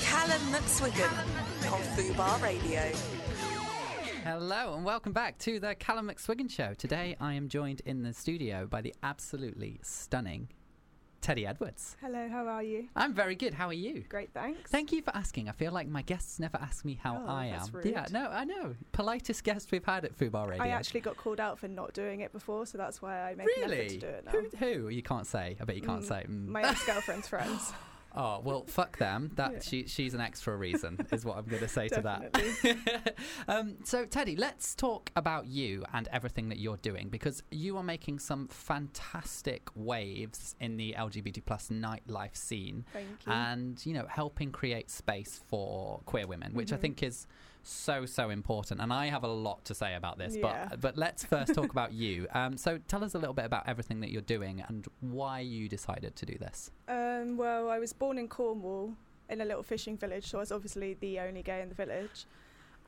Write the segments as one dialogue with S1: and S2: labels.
S1: Callum McSwiggan on Fubar Radio.
S2: Hello and welcome back to the Callum McSwiggan Show. Today I am joined in the studio by the absolutely stunning Teddy Edwards.
S3: Hello, how are you?
S2: I'm very good. How are you?
S3: Great, thanks.
S2: Thank you for asking. I feel like my guests never ask me how
S3: Oh,
S2: I am.
S3: that's rude.
S2: Yeah, no, I know. Politest guest we've had at Fubar Radio.
S3: I actually got called out for not doing it before, so that's why I make an effort
S2: really
S3: to do it now.
S2: who, who you can't say. I bet you can't
S3: Mm,
S2: say. Mm.
S3: My ex-girlfriend's friends.
S2: oh well, fuck them. That
S3: Yeah.
S2: she she's an ex for a reason is what I'm going to say to that.
S3: Definitely.
S2: um, so, Teddy, let's talk about you and everything that you're doing because you are making some fantastic waves in the LGBT plus nightlife scene,
S3: Thank you.
S2: and you know, helping create space for queer women, which I
S3: Mhm.
S2: think is so so important. And I have a lot to say about this,
S3: Yeah.
S2: but but let's first talk about you. Um, so, tell us a little bit about everything that you're doing and why you decided to do this.
S3: Um, well, I was born in Cornwall in a little fishing village, so I was obviously the only gay in the village.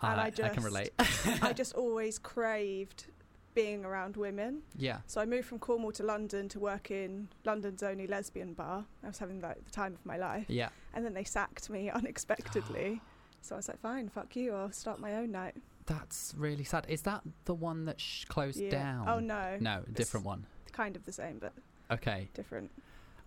S3: And I
S2: Uh, I can
S3: just-
S2: relate.
S3: I just always craved being around women.
S2: yeah.
S3: So I moved from Cornwall to London to work in London's only lesbian bar. I was having like the time of my life.
S2: Yeah.
S3: And then they sacked me unexpectedly. so I was like, fine, fuck you, I'll start my own night.
S2: That's really sad. Is that the one that sh- closed
S3: Yeah.
S2: down?
S3: Oh no.
S2: No, a different one.
S3: Kind of the same, but
S2: Okay.
S3: different.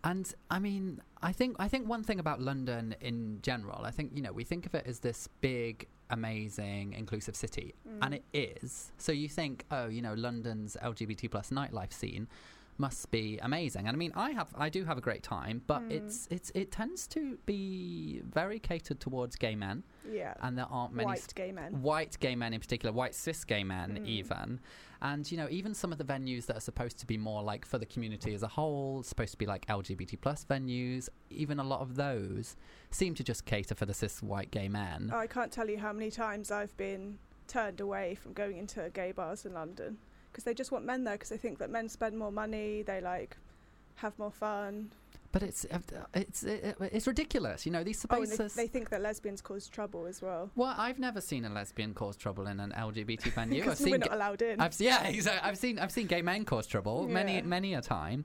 S2: And I mean, I think I think one thing about London in general, I think you know, we think of it as this big amazing inclusive city Mm.
S3: Mm.
S2: and it is. So you think, oh, you know, London's LGBT plus nightlife scene must be amazing. And I mean, I have I do have a great time, but
S3: Mm.
S2: it's it's it tends to be very catered towards gay men
S3: Yeah.
S2: and there aren't many
S3: White gay men.
S2: white gay men in particular, white cis gay men
S3: Mm.
S2: even, and you know even some of the venues that are supposed to be more like for the community as a whole, supposed to be like LGBT plus venues, even a lot of those seem to just cater for the cis white gay men.
S3: I can't tell you how many times I've been turned away from going into gay bars in London because they just want men there because they think that men spend more money, they like have more fun.
S2: But it's uh, it's uh, it's ridiculous, you know these
S3: Oh, and
S2: spaces.
S3: they, they think that lesbians cause trouble as well.
S2: well, I've never seen a lesbian cause trouble in an LGBT venue. I've
S3: Because
S2: seen
S3: we're
S2: ga-
S3: not allowed in.
S2: I've, yeah, exactly. I've seen I've seen gay men cause trouble many
S3: Yeah.
S2: many a time.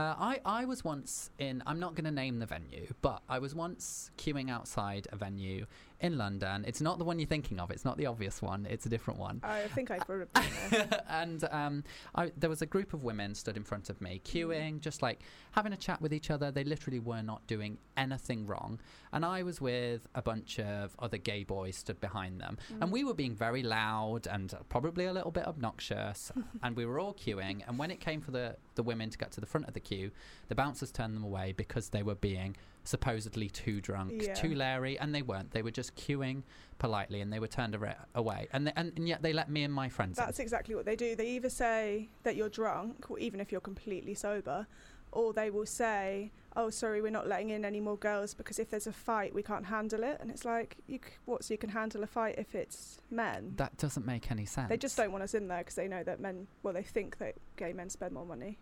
S2: Uh, I I was once in. I'm not going to name the venue, but I was once queuing outside a venue in London. It's not the one you're thinking of. It's not the obvious one. It's a different one.
S3: I think I've already been there.
S2: and um, I, there was a group of women stood in front of me, queuing, just like having a chat with each other. They literally were not doing anything wrong. And I was with a bunch of other gay boys stood behind them. And we were being very loud and probably a little bit obnoxious. and we were all queuing. And when it came for the, the women to get to the front of the queue, the bouncers turned them away because they were being supposedly too drunk,
S3: Yeah.
S2: too Larry, and they weren't. They were just queuing politely, and they were turned ara- away. And, they, and and yet they let me and my friends. in.
S3: That's exactly what they do. They either say that you're drunk, or even if you're completely sober, or they will say, "Oh, sorry, we're not letting in any more girls because if there's a fight, we can't handle it." And it's like, you c- what? So you can handle a fight if it's men?
S2: That doesn't make any sense.
S3: they just don't want us in there because they know that men. Well, they think that gay men spend more money.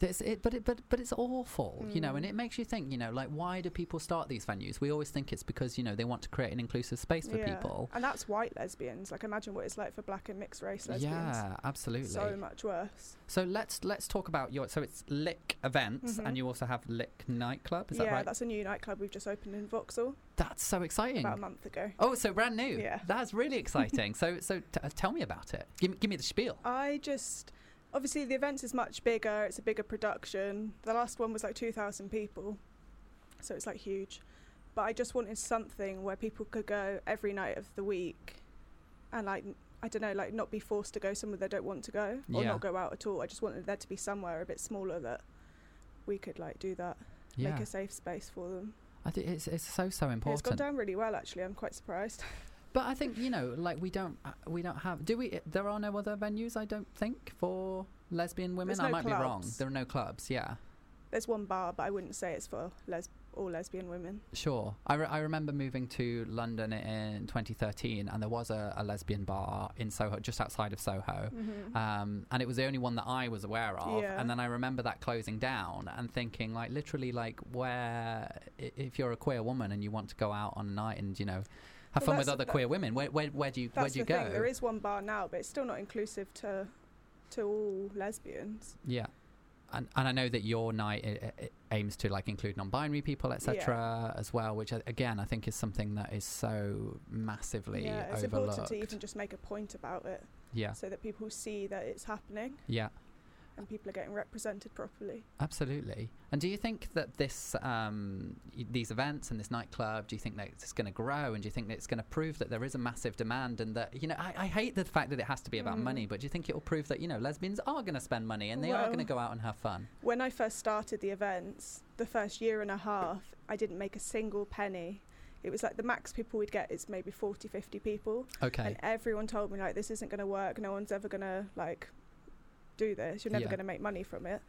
S2: That's it, but it, but but it's awful, you know, and
S3: Mm.
S2: it makes you think, you know, like why do people start these venues? We always think it's because you know they want to create an inclusive space for people.
S3: and that's white lesbians. Like, imagine what it's like for black and mixed race lesbians.
S2: Yeah, absolutely.
S3: so
S2: So,
S3: much worse.
S2: let's let's talk about your. So it's Lick events,
S3: Mhm.
S2: and you also have Lick nightclub. Is
S3: yeah,
S2: that right?
S3: that's a new nightclub we've just opened in Vauxhall
S2: That's so exciting.
S3: about a month ago.
S2: Oh, so brand new.
S3: Yeah.
S2: That's really exciting. so so t- uh, tell me about it. Give, me- give me the spiel.
S3: I just obviously the event is much bigger. It's a bigger production. The last one was like two thousand people, so it's like huge. But I just wanted something where people could go every night of the week, and like I don't know, like not be forced to go somewhere they don't want to go or
S2: Yeah.
S3: not go out at all. I just wanted there to be somewhere a bit smaller that we could like do that, make a safe space for them.
S2: I think it's, it's so so
S3: And It's gone
S2: important.
S3: down really well actually. I'm quite surprised.
S2: But I think you know, like we don't uh, we don't have do we? There are no other venues, I don't think, for lesbian women.
S3: There's
S2: I
S3: no
S2: might be wrong.
S3: clubs.
S2: There are no clubs. Yeah,
S3: There's one bar, but I wouldn't say it's for les all lesbian women.
S2: sure. I, re- I remember moving to London in 2013, and there was a, a lesbian bar in Soho, just outside of Soho. Um, and it was the only one that I was aware of.
S3: Yeah.
S2: And then I remember that closing down and thinking, like, literally, like, where i- if you're a queer woman and you want to go out on a night and you know have
S3: Well,
S2: fun with
S3: that's-
S2: other
S3: that-
S2: queer women, where where, where do you where
S3: That's
S2: do you
S3: the
S2: go?
S3: thing. There is one bar now, but it's still not inclusive to to all lesbians.
S2: yeah. and, and I know that your night i i aims to like include non-binary people, etc., as well, which I- again I think is something that is so massively
S3: yeah, it's important
S2: overlooked. Ah.
S3: to even just make a point about it
S2: yeah,
S3: so that people see that it's happening
S2: yeah,
S3: and people are getting represented properly.
S2: absolutely. And do you think that this, um, y- these events and this nightclub, do you think that it's going to grow, and do you think that it's going to prove that there is a massive demand, and that you know, I, I hate the fact that it has to be about
S3: Mm.
S2: money, but do you think it will prove that you know lesbians are going to spend money and they are going to
S3: Well-
S2: go out and have fun?
S3: When I first started the events, the first year and a half, I didn't make a single penny. It was like the max people we'd get is maybe 40, 50 people.
S2: Okay,
S3: And everyone told me, like, this isn't going to work. No one's ever going to, like, do this. You're never
S2: Yeah.
S3: going to make money from it.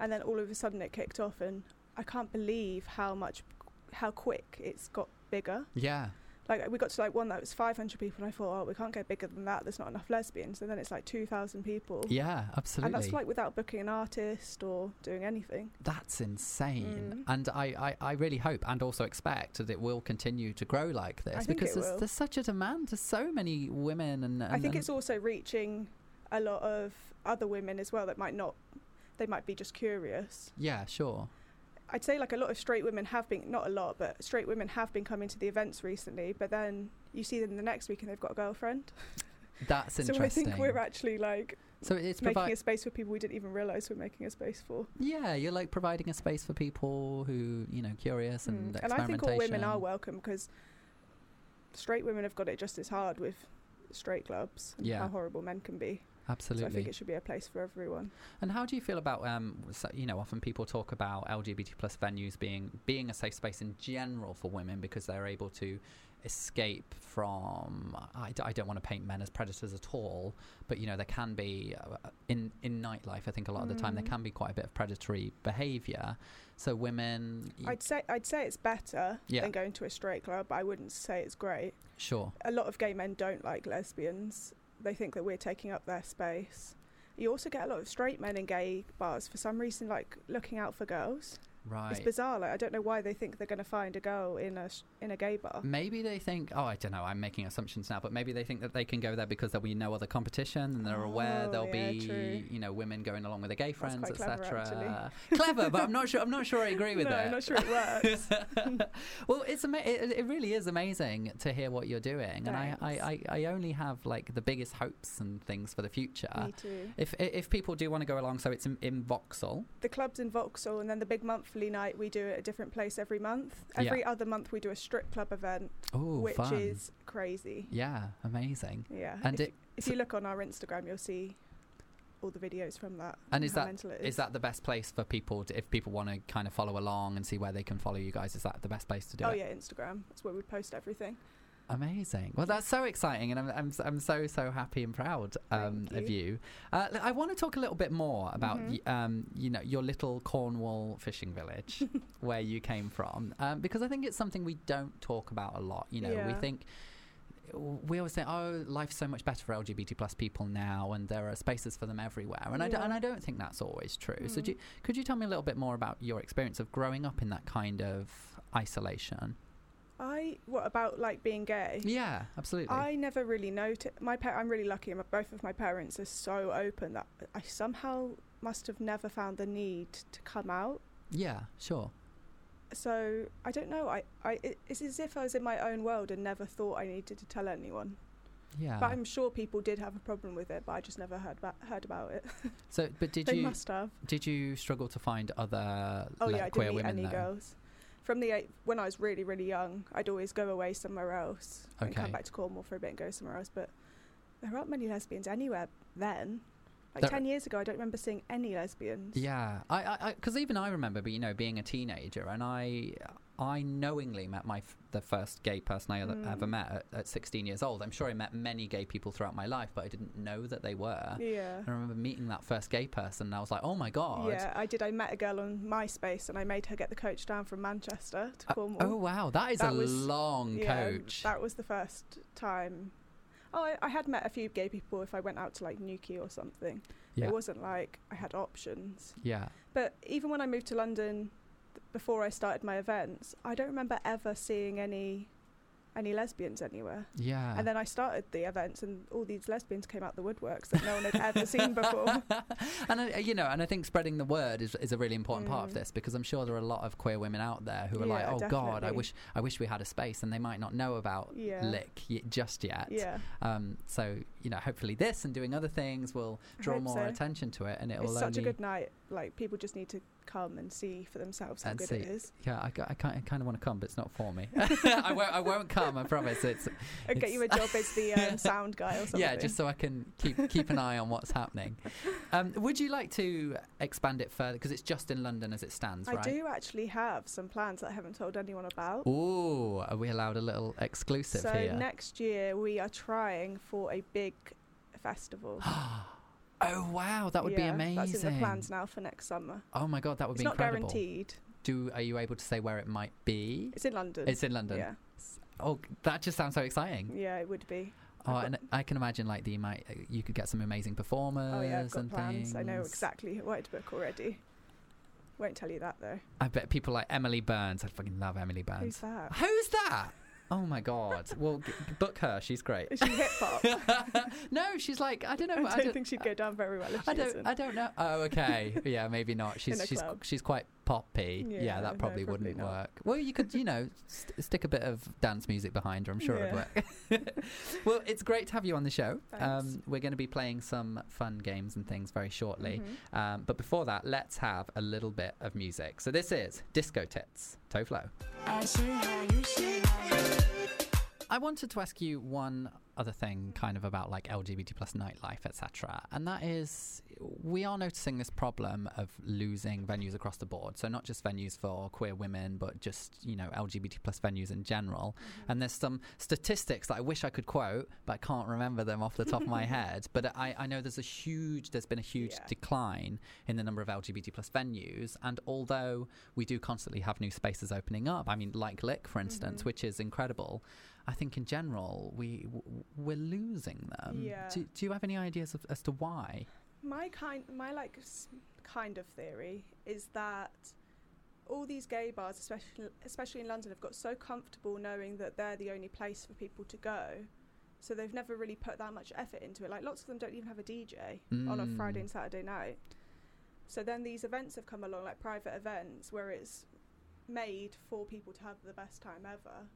S3: And then all of a sudden it kicked off, and I can't believe how much, how quick it's got bigger.
S2: yeah,
S3: Like, we got to, like, one that was 500 people, and I thought, oh, we can't go bigger than that. There's not enough lesbians. And then it's like 2,000 people.
S2: yeah, absolutely.
S3: And that's like without booking an artist or doing anything.
S2: That's insane.
S3: Mm.
S2: And I, I, I really hope and also expect that it will continue to grow like this
S3: I think
S2: because
S3: it
S2: there's,
S3: will.
S2: there's such a demand to so many women. And,
S3: I
S2: and-
S3: think
S2: and-
S3: it's also reaching a lot of other women as well that might not, they might be just curious.
S2: Yeah, sure.
S3: I'd say like a lot of straight women have been, not a lot, but straight women have been coming to the events recently, but then you see them the next week and they've got a girlfriend.
S2: That's
S3: So I
S2: interesting.
S3: think we're actually like
S2: so it's
S3: making
S2: provi-
S3: a space for people we didn't even realise we're making a space for.
S2: yeah, you're like providing a space for people who you know curious and
S3: Mm. And I think all women are
S2: experimentation.
S3: welcome because straight women have got it just as hard with straight clubs and
S2: Yeah.
S3: how horrible men can be. So I
S2: Absolutely.
S3: think it should be a place for everyone.
S2: And how do you feel about um, so, you know, often people talk about LGBT plus venues being being a safe space in general for women because they're able to escape from. I, d- I don't want to paint men as predators at all, but you know, there can be uh, in in nightlife. I think a lot of the time there
S3: Mm.
S2: can be quite a bit of predatory behaviour. So women, y-
S3: I'd say I'd say it's better
S2: Yeah.
S3: than going to a straight club, but I wouldn't say it's great.
S2: sure,
S3: A lot of gay men don't like lesbians. They think that we're taking up their space. You also get a lot of straight men in gay bars for some reason, like looking out for girls. It's
S2: right.
S3: bizarre. Like I don't know why they think they're going to find a girl in a s- in a gay bar.
S2: Maybe they think, oh, I don't know, I'm making assumptions now, but maybe they think that they can go there because there'll be no other competition and they're aware
S3: Oh,
S2: there'll
S3: yeah,
S2: be,
S3: true.
S2: you know, women going along with their gay friends,
S3: quite clever,
S2: etc. Clever, but I'm not sure. I'm not sure I agree with
S3: no,
S2: that.
S3: I'm not sure it works.
S2: well, it's ama- it, it really is amazing to hear what you're doing, and I, I, I, I only have like the biggest hopes and things for the future.
S3: Me too.
S2: If i- if people do want to go along, so it's in, in Vauxhall.
S3: The club's in Vauxhall, and then the big monthly night we do it at a different place every month.
S2: Yeah.
S3: Every other month we do a strip club event,
S2: Oh,
S3: which
S2: fun!
S3: is crazy.
S2: yeah, amazing.
S3: Yeah.
S2: And
S3: if,
S2: it-
S3: if
S2: so-
S3: you look on our Instagram, you'll see all the videos from that.
S2: And is
S3: how
S2: that-
S3: mental it
S2: Is that the best place for people to, if people want to kind of follow along and see where they can follow you guys? Is that the best place to do
S3: Oh
S2: it?
S3: yeah, Instagram. That's where we post everything.
S2: Amazing. Well, that's so exciting, and I'm I'm, s- I'm so so happy and proud um,
S3: Thank
S2: of you. Uh, l- I want to talk a little bit more about
S3: Mhm.
S2: y- um, you know your little Cornwall fishing village where you came from, um, because I think it's something we don't talk about a lot. You know, we
S3: Yeah.
S2: think. We always think, oh, life's so much better for LGBT plus people now, and there are spaces for them everywhere. And I d-
S3: Yeah.
S2: and I don't think that's always true. So,
S3: Mm.
S2: do you, could you tell me a little bit more about your experience of growing up in that kind of isolation?
S3: I what about like being gay?
S2: Yeah, absolutely.
S3: I never really noticed. My pa- I'm really lucky. My, both of my parents are so open that I somehow must have never found the need to come out.
S2: yeah, sure.
S3: So I don't know. I, I it, it's as if I was in my own world and never thought I needed to tell anyone.
S2: Yeah.
S3: But I'm sure people did have a problem with it, but I just never heard ba- heard about it.
S2: so, but did
S3: they
S2: you
S3: must have.
S2: did you struggle to find other
S3: Oh
S2: le-
S3: yeah, I
S2: queer
S3: didn't meet
S2: women
S3: any
S2: though?
S3: girls. From the eight, when I was really really young, I'd always go away somewhere else and
S2: Okay.
S3: come back to Cornwall for a bit and go somewhere else. But there aren't many lesbians anywhere then. Like
S2: There-
S3: ten years ago, I don't remember seeing any lesbians.
S2: Yeah, I because I, 'cause even I remember, but you know, being a teenager, and I I knowingly met my f- the first gay person I ever,
S3: Mm.
S2: ever met at, at 16 years old. I'm sure I met many gay people throughout my life, but I didn't know that they were.
S3: Yeah.
S2: I remember meeting that first gay person, and I was like, oh my god.
S3: Yeah, I did. I met a girl on MySpace and I made her get the coach down from Manchester to
S2: Uh,
S3: Cornwall.
S2: Oh wow, that is
S3: That
S2: a
S3: was-
S2: long
S3: Yeah,
S2: coach.
S3: That was the first time. Oh, I, I had met a few gay people if I went out to like Newquay or something.
S2: Yeah.
S3: It wasn't like I had options.
S2: yeah.
S3: But even when I moved to London, th- before I started my events, I don't remember ever seeing any any lesbians anywhere.
S2: Yeah.
S3: And then I started the events, and all these lesbians came out the woodworks that no one had ever seen before.
S2: and I, you know, and I think spreading the word is, is a really important part of
S3: Mm.
S2: this because I'm sure there are a lot of queer women out there who are like,
S3: Yeah,
S2: "Oh God, I
S3: definitely.
S2: wish I wish we had a space," and they might not know about
S3: Yeah.
S2: lick y- just yet.
S3: Yeah,
S2: Um, so you know, hopefully this and doing other things will
S3: I
S2: draw
S3: hope
S2: more
S3: so.
S2: attention to it, and it will
S3: it's
S2: only.
S3: such a good night. Like people just need to come and see for themselves how
S2: And
S3: good it
S2: see.
S3: is.
S2: yeah, I, ca- I, kind, I kind of want to come, but it's not for me. I won't. I won't come. I promise. It's
S3: I'd get you a job as the um, sound guy or something.
S2: yeah, just so I can keep keep an eye on what's happening. Um, would you like to expand it further? Because it's just in London as it stands,
S3: I
S2: right?
S3: do actually have some plans that I haven't told anyone about.
S2: Ooh, are we allowed a little exclusive
S3: so
S2: here?
S3: next year we are trying for a big festival.
S2: oh wow, that would
S3: Yeah,
S2: be amazing.
S3: That's in the plans now for next summer.
S2: Oh my god, that would
S3: It's
S2: be
S3: not
S2: incredible.
S3: guaranteed.
S2: Do are you able to say where it might be?
S3: It's in London.
S2: It's in London.
S3: Yeah,
S2: Oh, that just sounds so exciting.
S3: yeah, it would be.
S2: Oh,
S3: I've
S2: and I can imagine like the might you could get some amazing performers
S3: Oh yeah, I've got
S2: and
S3: plans.
S2: Uh, things.
S3: I know exactly what to book already. Won't tell you that though.
S2: I bet people like Emily Burns. I fucking love Emily Burns.
S3: Who's that?
S2: Who's that? Oh my god. Well, g- book her. She's great.
S3: Is she hip hop? I
S2: no, she's like I don't know.
S3: don't
S2: I don't-
S3: think she'd go down very well if she
S2: I don't.
S3: isn't.
S2: I don't know. Oh, okay. Yeah, maybe not. She's
S3: a
S2: she's
S3: club.
S2: she's quite poppy. Yeah,
S3: Yeah,
S2: that
S3: no,
S2: probably
S3: probably
S2: wouldn't
S3: not.
S2: work. Well, you could, you know, st- stick a bit of dance music behind her. I'm sure
S3: Yeah.
S2: it'd work. well, it's great to have you on the show.
S3: Thanks.
S2: Um, we're going to be playing some fun games and things very shortly.
S3: Mhm.
S2: Um, but before that, let's have a little bit of music. So this is Disco Tits, Toflo. I wanted to ask you one other thing, kind of about like LGBT plus nightlife, etc. And that is, we are noticing this problem of losing venues across the board. So not just venues for queer women, but just you know LGBT plus venues in general. And there's some statistics that I wish I could quote, but I can't remember them off the top of my head. But I, I know there's a huge, there's been a huge
S3: Yeah.
S2: decline in the number of LGBT plus venues. And although we do constantly have new spaces opening up, I mean, like Lick, for instance,
S3: Mhm.
S2: which is incredible. I think in general we w- we're losing them.
S3: Yeah.
S2: Do, do you have any ideas of, as to why?
S3: My kind, my like s- kind of theory is that all these gay bars, especially especially in London, have got so comfortable knowing that they're the only place for people to go, so they've never really put that much effort into it. Like lots of them don't even have a DJ on a Friday
S2: Mm.
S3: and Saturday night. So then these events have come along, like private events, where it's made for people to have the best time ever.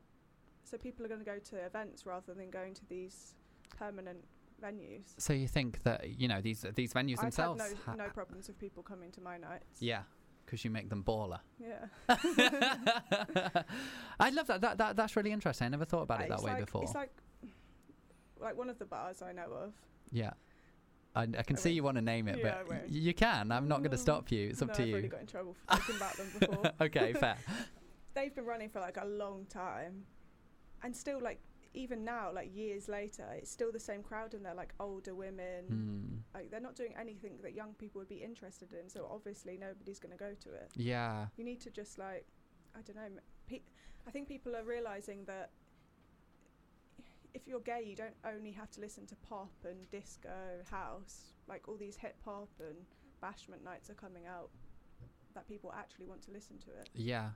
S3: So people are going to go to events rather than going to these permanent venues.
S2: So you think that you know these these venues
S3: I've
S2: themselves?
S3: had
S2: ha-
S3: no, no problems with people coming to my nights.
S2: Yeah, because you make them baller.
S3: Yeah.
S2: I love that. That, that. That's really interesting. I never thought about it that
S3: It's
S2: way
S3: like-
S2: before.
S3: It's like like one of the bars I know of.
S2: yeah. I, I can
S3: I
S2: see
S3: won't-
S2: you want to name it,
S3: Yeah, I
S2: but y-
S3: won't.
S2: you can. I'm not going to
S3: No.
S2: stop you. It's up
S3: no,
S2: to
S3: I've
S2: you.
S3: already got in trouble for talking about them before.
S2: okay, fair.
S3: They've been running for like a long time. And still like even now, like years later, it's still the same crowd and they're like older women.
S2: Hmm.
S3: Like they're not doing anything that young people would be interested in, so obviously nobody's gonna go to it.
S2: Yeah.
S3: you need to just like i don't know pe- i think people are realizing that if you're gay you don't only have to listen to pop and disco house like all these hip hop and bashment nights are coming out that people actually want to listen to it
S2: Yeah.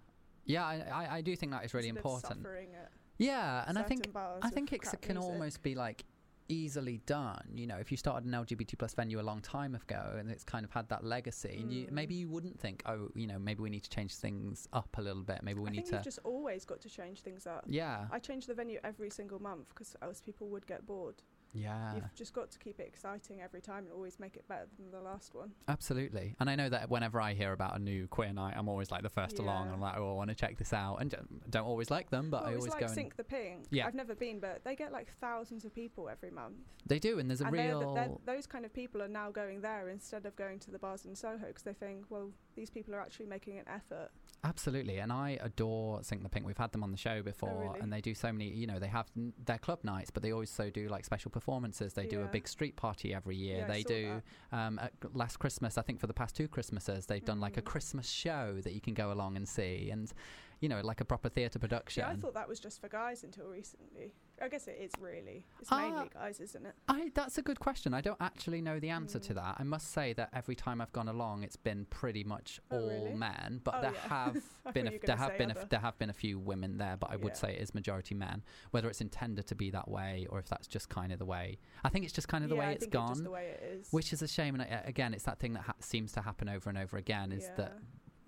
S2: Yeah. I, I, I do think that is really
S3: Instead of
S2: important.
S3: suffering at
S2: Yeah, and I think
S3: certain bars
S2: I
S3: with
S2: think it
S3: crap
S2: can
S3: music.
S2: almost be like easily done. You know, if you started an LGBT plus venue a long time ago and it's kind of had that legacy, and you,
S3: Mm.
S2: maybe you wouldn't think, oh, you know, maybe we need to change things up a little bit. Maybe we
S3: i
S2: need
S3: think
S2: to.
S3: you've just always got to change things up
S2: yeah,
S3: i change the venue every single month because else people would get bored
S2: yeah,
S3: you've just got to keep it exciting every time and always make it better than the last one
S2: absolutely. And I know that whenever I hear about a new queer night, I'm always like the first along, and
S3: Yeah.
S2: I'm like, oh, I want to check this out, and don't- don't always like them, but
S3: well,
S2: I
S3: it's
S2: always
S3: like
S2: go. And
S3: Sink the Pink.
S2: Yeah.
S3: I've never been, but they get like thousands of people every month.
S2: they do, and there's a
S3: and they're the-
S2: real.
S3: they're, those kind of people are now going there instead of going to the bars in Soho because they think, well, these people are actually making an effort.
S2: Absolutely, and I adore Sink the Pink. We've had them on the show before,
S3: Oh, really?
S2: and they do so many. You know, they have n- their club nights, but they also do like special performances. They do a
S3: Yeah.
S2: big street party every year.
S3: Yeah, I
S2: they
S3: saw
S2: do um, at g- last Christmas. I think for the past two Christmases, they've done like a
S3: Mhm.
S2: Christmas show that you can go along and see. And you know, like a proper theatre production.
S3: Yeah, I thought that was just for guys until recently. I guess it is really. It's
S2: Ah.
S3: mainly guys, isn't it?
S2: I, that's a good question. I don't actually know the answer to
S3: Mm.
S2: that. I must say that every time I've gone along, it's been pretty much
S3: Oh,
S2: all
S3: really?
S2: men, but
S3: Oh,
S2: there
S3: yeah.
S2: have been
S3: I thought
S2: a,
S3: you were
S2: there
S3: gonna
S2: have
S3: say
S2: been a,
S3: other.
S2: there have been a few women there, but I would
S3: Yeah.
S2: say it is majority men. Whether it's intended to be that way or if that's just kind of the way, I think it's just kind of the
S3: yeah,
S2: way
S3: I
S2: it's
S3: think it's just
S2: gone,
S3: the way it is.
S2: which is a shame. And uh, again, it's that thing that ha- seems to happen over and over again is that
S3: Yeah.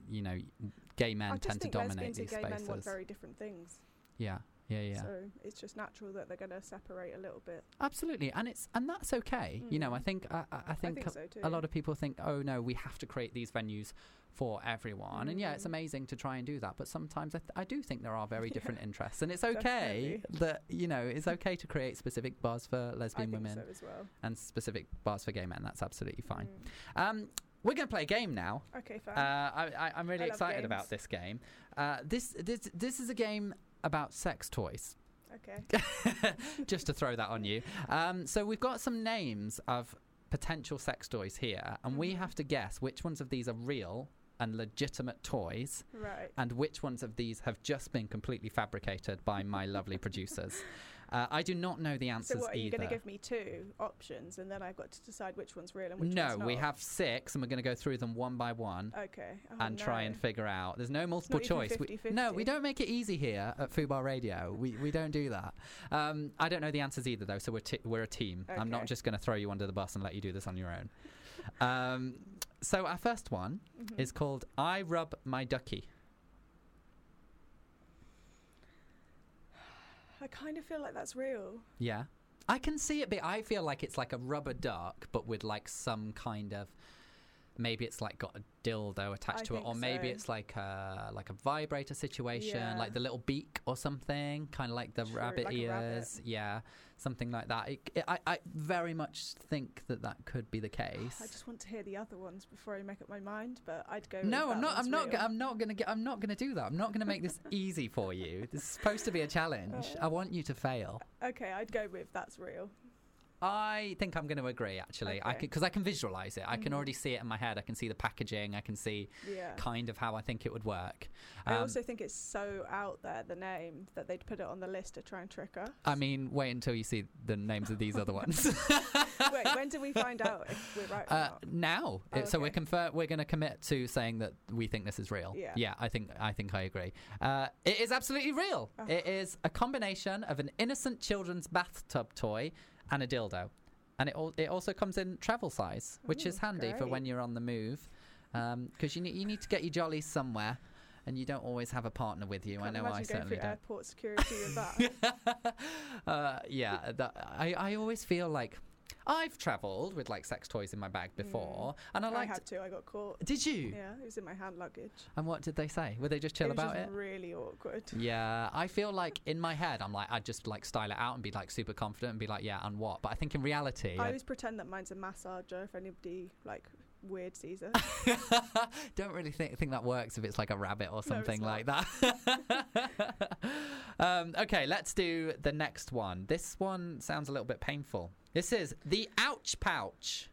S2: you know gay men
S3: I just
S2: tend to
S3: think
S2: dominate
S3: lesbians
S2: these
S3: and gay men want
S2: spaces.
S3: very different things.
S2: Yeah, yeah, yeah.
S3: So it's just natural that they're going to separate a little bit.
S2: Absolutely, and it's and that's okay. You know, I
S3: Mm.
S2: think I, I- I think,
S3: so too.
S2: a lot of people think, oh no, we have to create these venues for everyone. And yeah, it's
S3: Mm.
S2: amazing to try and do that. But sometimes I, th- I do think there are very
S3: Yeah.
S2: different interests. And it's okay that, you know, it's okay to create specific bars for
S3: I
S2: lesbian
S3: think
S2: women
S3: so as well.
S2: and specific bars for gay men. That's absolutely fine.
S3: Mm.
S2: Um, we're going to play a game now.
S3: Okay,
S2: Uh,
S3: fine.
S2: I, I, I'm really
S3: I love
S2: excited
S3: games.
S2: about this game. Uh, this, this, this is a game about sex toys.
S3: okay.
S2: just to throw that on you. Um, so we've got some names of potential sex toys here, and we
S3: Mhm.
S2: have to guess which ones of these are real and legitimate toys,
S3: Right.
S2: and which ones of these have just been completely fabricated by my lovely producers. Uh, I do not know the
S3: So
S2: answers
S3: what are you going
S2: either.
S3: to give me two options, and then I've got to decide which one's real and which
S2: no,
S3: one's not?
S2: we have six, and we're going to go through them one by one.
S3: Okay. Oh,
S2: and try and
S3: no.
S2: figure out. There's no multiple
S3: even
S2: choice. We- no, we
S3: 50-50.
S2: don't make it easy here at Fubar Radio. We, we don't do that. Um, I don't know the answers either, though, so we're, t- we're a team. I'm not
S3: Okay.
S2: just going to throw you under the bus and let you do this on your own. Um, so, our first one
S3: Mhm.
S2: is called I Rub My Ducky.
S3: I kind of feel like that's real.
S2: Yeah. I can see it, but I feel like it's like a rubber duck, but with like some kind of. Maybe it's like got a dildo attached
S3: I
S2: to it, or
S3: think
S2: maybe
S3: so.
S2: it's like a like a vibrator situation,
S3: Yeah.
S2: like the little beak or something, kind of like the
S3: True,
S2: rabbit
S3: like a
S2: ears,
S3: rabbit.
S2: yeah, something like that. It, it, I I very much think that that could be the
S3: I
S2: case.
S3: just want to hear the other ones before I make up my mind, but I'd go.
S2: No,
S3: with
S2: I'm
S3: that
S2: not. I'm
S3: one's
S2: not. g-
S3: real.
S2: I'm not gonna get. I'm not gonna do that. I'm not gonna make this easy for you. This is supposed to be a challenge. I
S3: Uh-huh.
S2: want you to fail.
S3: Okay, I'd go with that's real.
S2: I think I'm going to agree. Actually, I
S3: Okay.
S2: because I can visualize it. I can
S3: Mhm.
S2: already see it in my head. I can see the packaging. I can see
S3: Yeah.
S2: kind of how I think it would work.
S3: I
S2: Um,
S3: also think it's so out there the name that they'd put it on the list to try and trick us.
S2: I mean, wait until you see the names of these other ones.
S3: Wait, when do we find out if we're right or
S2: Uh,
S3: not?
S2: now,
S3: Oh,
S2: Uh, so we're
S3: okay.
S2: confer- we're going to commit to saying that we think this is real.
S3: Yeah.
S2: I think I think I agree. Uh, it is absolutely real.
S3: Oh.
S2: It is a combination of an innocent children's bathtub toy and a dildo, and it al- it also comes in travel size, which
S3: Ooh,
S2: is handy for when
S3: great.
S2: you're on the move, because you need you need to get your jollies somewhere, and you don't always have a partner with you. I
S3: Can't
S2: know
S3: imagine
S2: I
S3: going
S2: certainly
S3: through
S2: don't.
S3: airport security with that.
S2: uh, yeah, that, I, I always feel like I've travelled with like sex toys in my bag before, and I
S3: I
S2: like.
S3: had to. I got caught.
S2: Did you?
S3: Yeah, it was in my hand luggage.
S2: And what did they say? Were they just chill
S3: it was
S2: about
S3: just
S2: it?
S3: Really awkward.
S2: yeah, I feel like in my head, I'm like, I'd just like style it out and be like super confident and be like, yeah, and what? But I think in reality,
S3: I
S2: I
S3: always pretend that mine's a massager if anybody like weird sees it.
S2: don't really think think that works if it's like a rabbit or
S3: it's
S2: something like that. um, okay, let's do the next one. This one sounds a little bit painful. This is the ouch pouch.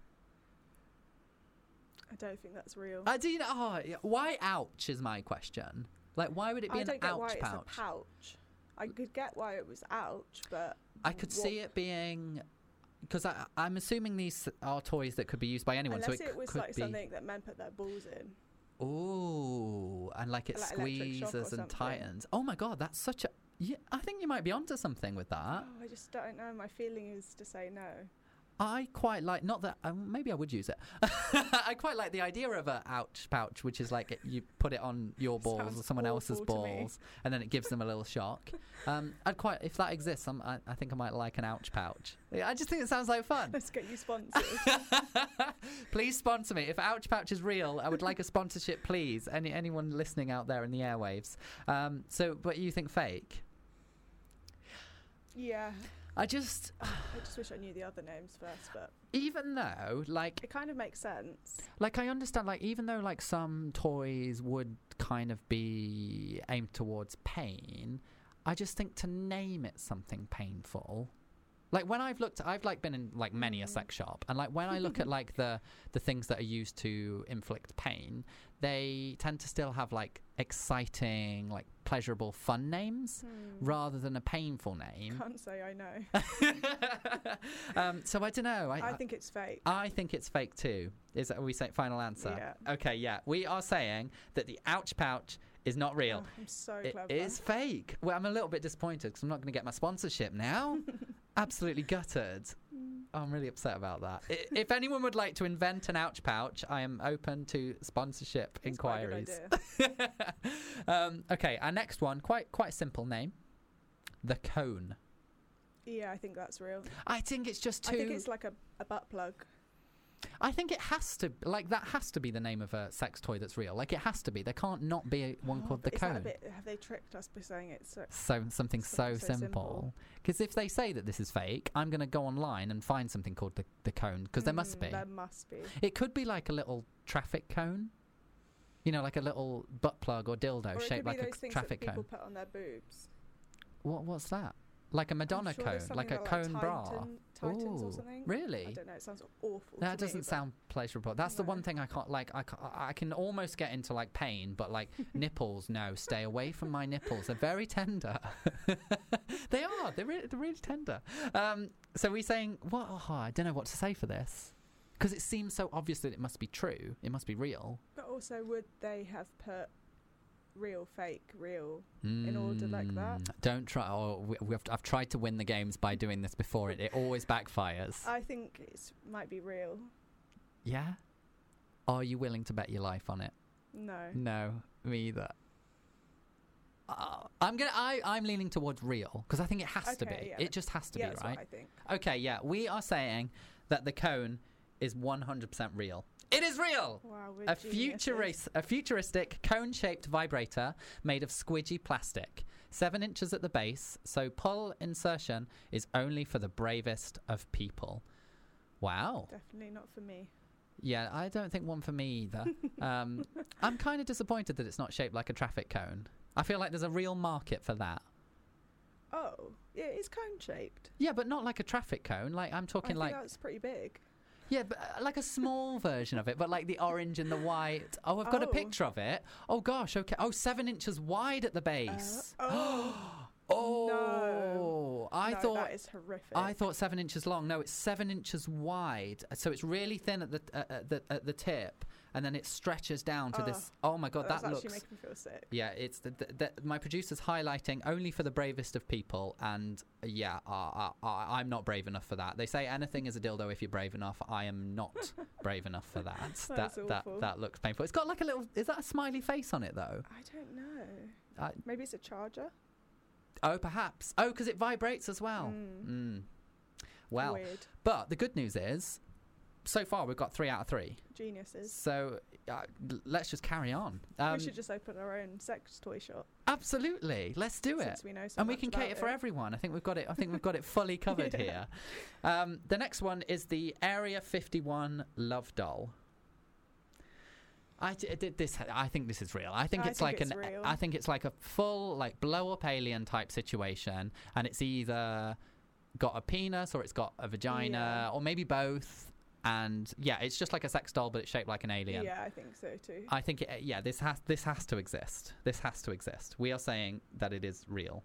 S3: I don't think that's real.
S2: I do. you know- Oh, yeah, why ouch is my question. Like, why would it be
S3: I
S2: an
S3: don't get why
S2: ouch pouch?
S3: it's a pouch. I could get why it was ouch, but
S2: I could
S3: what-
S2: see it being because I'm assuming these are toys that could be used by anyone.
S3: unless
S2: so
S3: it,
S2: c-
S3: was
S2: could
S3: like
S2: be
S3: something that men put their balls in.
S2: ooh, and like it
S3: Like electric shock or
S2: squeezes and
S3: something.
S2: tightens. Oh my god, that's such a. Yeah, I think you might be onto something with that.
S3: Oh, I just don't know. My feeling is to say no.
S2: I quite like not that um, maybe I would use it. I quite like the idea of a ouch pouch, which is like you put it on your balls
S3: Sounds
S2: or someone else's
S3: awful to me.
S2: balls, and then it gives them a little shock. Um, I'd quite if that exists. I'm, I, I think I might like an ouch pouch. I just think it sounds like fun.
S3: Let's get you sponsored.
S2: please sponsor me. If Ouch Pouch is real, I would like a sponsorship, please. Any anyone listening out there in the airwaves. Um, so, but you think fake?
S3: yeah.
S2: I just,
S3: I just wish I knew the other names first, but
S2: even though, like,
S3: it kind of makes sense.
S2: like I understand, like, even though, like, some toys would kind of be aimed towards pain, I just think to name it something painful. Like when I've looked, I've like been in like many a
S3: Mm.
S2: sex shop, and like when I look at like the the things that are used to inflict pain, they tend to still have like exciting, like pleasurable, fun names
S3: Hmm.
S2: rather than a painful name.
S3: Can't say I know.
S2: um, so I don't know. I,
S3: I think it's fake.
S2: I think it's fake too. Is that we say final answer?
S3: Yeah.
S2: Okay, yeah. We are saying that the ouch pouch is not real.
S3: Oh, I'm so
S2: It
S3: clever.
S2: is fake. Well, I'm a little bit disappointed because I'm not going to get my sponsorship now. Absolutely gutted.
S3: Mm.
S2: I'm really upset about that. I- if anyone would like to invent an ouch pouch, I am open to sponsorship
S3: It's quite a good
S2: inquiries.
S3: idea.
S2: um, okay, our next one, quite quite a simple name, the cone.
S3: Yeah, I think that's real.
S2: I think it's just too.
S3: I think it's like a, a butt plug.
S2: I think it has to like that has to be the name of a sex toy that's real. Like it has to be. There can't not be a, one
S3: Oh,
S2: called the
S3: but is that a
S2: cone.
S3: bit- have they tricked us by saying it's so?
S2: So something so,
S3: Something so
S2: simple.
S3: simple.
S2: Because if they say that this is fake, I'm going to go online and find something called the the cone because there must
S3: Mm,
S2: be.
S3: There must be.
S2: It could be like a little traffic cone. You know, like a little butt plug or dildo
S3: or it could
S2: Oh, shaped
S3: be
S2: like a
S3: those
S2: c-
S3: things
S2: traffic
S3: that people
S2: cone.
S3: put on their boobs.
S2: What what's that? Like a Madonna
S3: I'm sure
S2: cone,
S3: there's
S2: like a
S3: something
S2: cone
S3: about,
S2: bra.
S3: Titan, Titans
S2: Ooh,
S3: or something. I
S2: Really?
S3: don't know. It sounds awful.
S2: That
S3: to me,
S2: doesn't
S3: but
S2: sound pleasurable. That's the
S3: No.
S2: one thing I can't like. I, ca- I can almost get into like pain, but like nipples, no, stay away from my nipples. They're very tender. they are. They're really, they're really tender. Um, so we're saying, what? Oh, I don't know what to say for this because it seems so obvious that it must be true. It must be real.
S3: But also, would they have put real, fake, real? order like that.
S2: Mm, Don't try. Oh, we, we've, I've tried to win the games by doing this before. It, it always backfires.
S3: I think it might be real.
S2: yeah. Are you willing to bet your life on it?
S3: No.
S2: No, me either. Uh, I'm gonna. I, I'm leaning towards real because I think it has to
S3: Okay,
S2: be.
S3: yeah.
S2: It just has to
S3: yeah,
S2: be
S3: that's
S2: right.
S3: what I think.
S2: Okay, yeah. We are saying that the cone is 100% real. It is real.
S3: Wow, we're
S2: A
S3: geniuses.
S2: futuris- a futuristic cone-shaped vibrator made of squidgy plastic, seven inches at the base. So pull insertion is only for the bravest of people. Wow.
S3: Definitely not for me.
S2: Yeah, I don't think one for me either. Um, I'm kind of disappointed that it's not shaped like a traffic cone. I feel like there's a real market for that.
S3: Oh, yeah, it's cone shaped.
S2: Yeah, but not like a traffic cone. Like I'm
S3: I
S2: talking
S3: think
S2: like
S3: that's pretty big.
S2: yeah, but uh, like a small version of it, but like the orange and the white. Oh, I've got a
S3: Oh.
S2: picture of it. Oh gosh, okay. Oh, seven inches wide at the base.
S3: oh.
S2: oh, I
S3: No,
S2: thought
S3: that is horrific.
S2: I thought seven inches long. No, it's seven inches wide. So it's really thin at the uh, at the at the tip, and then it stretches down to
S3: Oh.
S2: this. Oh my god,
S3: that's
S2: that
S3: actually
S2: looks.
S3: making me feel sick.
S2: Yeah, it's the, the, the, my producer's highlighting only for the bravest of people, and uh, yeah, I, I, I, I'm not brave enough for that. They say anything is a dildo if you're brave enough. I am not brave enough for that.
S3: That is
S2: that
S3: awful.
S2: that looks painful. It's got like a little. Is that a smiley face on it though?
S3: I don't know.
S2: I-
S3: Maybe it's a charger.
S2: Oh, perhaps. Oh, because it vibrates as well.
S3: Mm.
S2: Mm. Well,
S3: Weird.
S2: but the good news is, so far we've got three out of three.
S3: Geniuses.
S2: So uh, l- let's just carry on. Um,
S3: we should just open our own sex toy shop.
S2: absolutely, let's do it.
S3: Since we know so
S2: and we
S3: much
S2: can
S3: about
S2: cater for everyone. I think we've got it. I think we've got it fully covered
S3: Yeah.
S2: here. Um, the next one is the Area 51 love doll. I d- did this. I think this is real. I think
S3: I
S2: it's
S3: think
S2: like
S3: it's
S2: an.
S3: real.
S2: I think it's like a full like blow up alien type situation, and it's either got a penis or it's got a vagina
S3: Yeah.
S2: or maybe both. And yeah, it's just like a sex doll, but it's shaped like an alien.
S3: Yeah, I think so too.
S2: I think it, yeah, this has this has to exist. This has to exist. We are saying that it is real.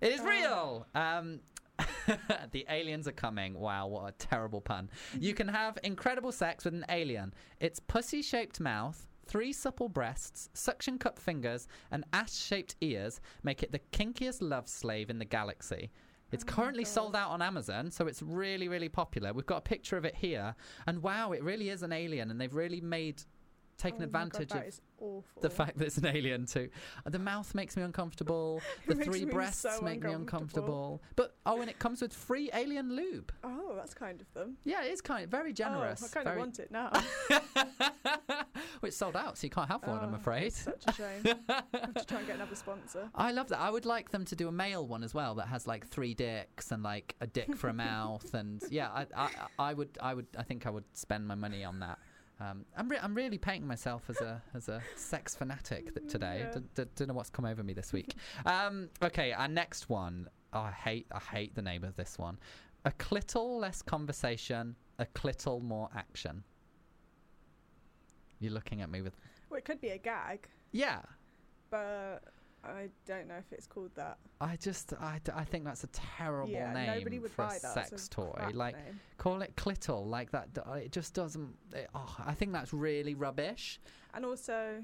S2: It is
S3: Oh.
S2: real. Um, the aliens are coming. Wow, what a terrible pun. You can have incredible sex with an alien. Its pussy-shaped mouth, three supple breasts, suction cup fingers, and ash-shaped ears make it the kinkiest love slave in the galaxy. It's
S3: Oh my
S2: currently
S3: God.
S2: sold out on Amazon, so it's really, really popular. We've got a picture of it here, and wow, it really is an alien, and they've really made taken
S3: Oh my God,
S2: advantage
S3: that
S2: of
S3: is awful.
S2: the fact that it's an alien too. Uh, The mouth makes me uncomfortable. The
S3: It makes
S2: three
S3: me
S2: breasts
S3: so
S2: make me uncomfortable. But oh, and it comes with free alien lube.
S3: Oh, that's kind of them.
S2: Yeah, it is kind very generous.
S3: Oh, I kind
S2: very...
S3: of want it now.
S2: well, it's sold out, so you can't have one. I'm
S3: Oh,
S2: afraid.
S3: it's Such a shame. I have to try and get another sponsor.
S2: I love that. I would like them to do a male one as well that has like three dicks and like a dick for a mouth and yeah, I, I, I would, I would, I think I would spend my money on that. Um, I'm, re- I'm really painting myself as a as a sex fanatic th- today.
S3: Yeah.
S2: D- d- don't know what's come over me this week. Um, okay, our next one. Oh, I hate I hate the name of this one. A clittle less conversation, a clittle more action. You're looking at me with
S3: Well, it could be a gag,
S2: Yeah.
S3: but I don't know if it's called that.
S2: I just, I, d- I think that's a terrible
S3: yeah,
S2: name
S3: nobody would
S2: for
S3: buy
S2: a
S3: that.
S2: sex
S3: it's a
S2: toy.
S3: crap
S2: Like,
S3: name.
S2: call it clittle. Like that, d- it just doesn't. It, oh, I think that's really rubbish.
S3: and also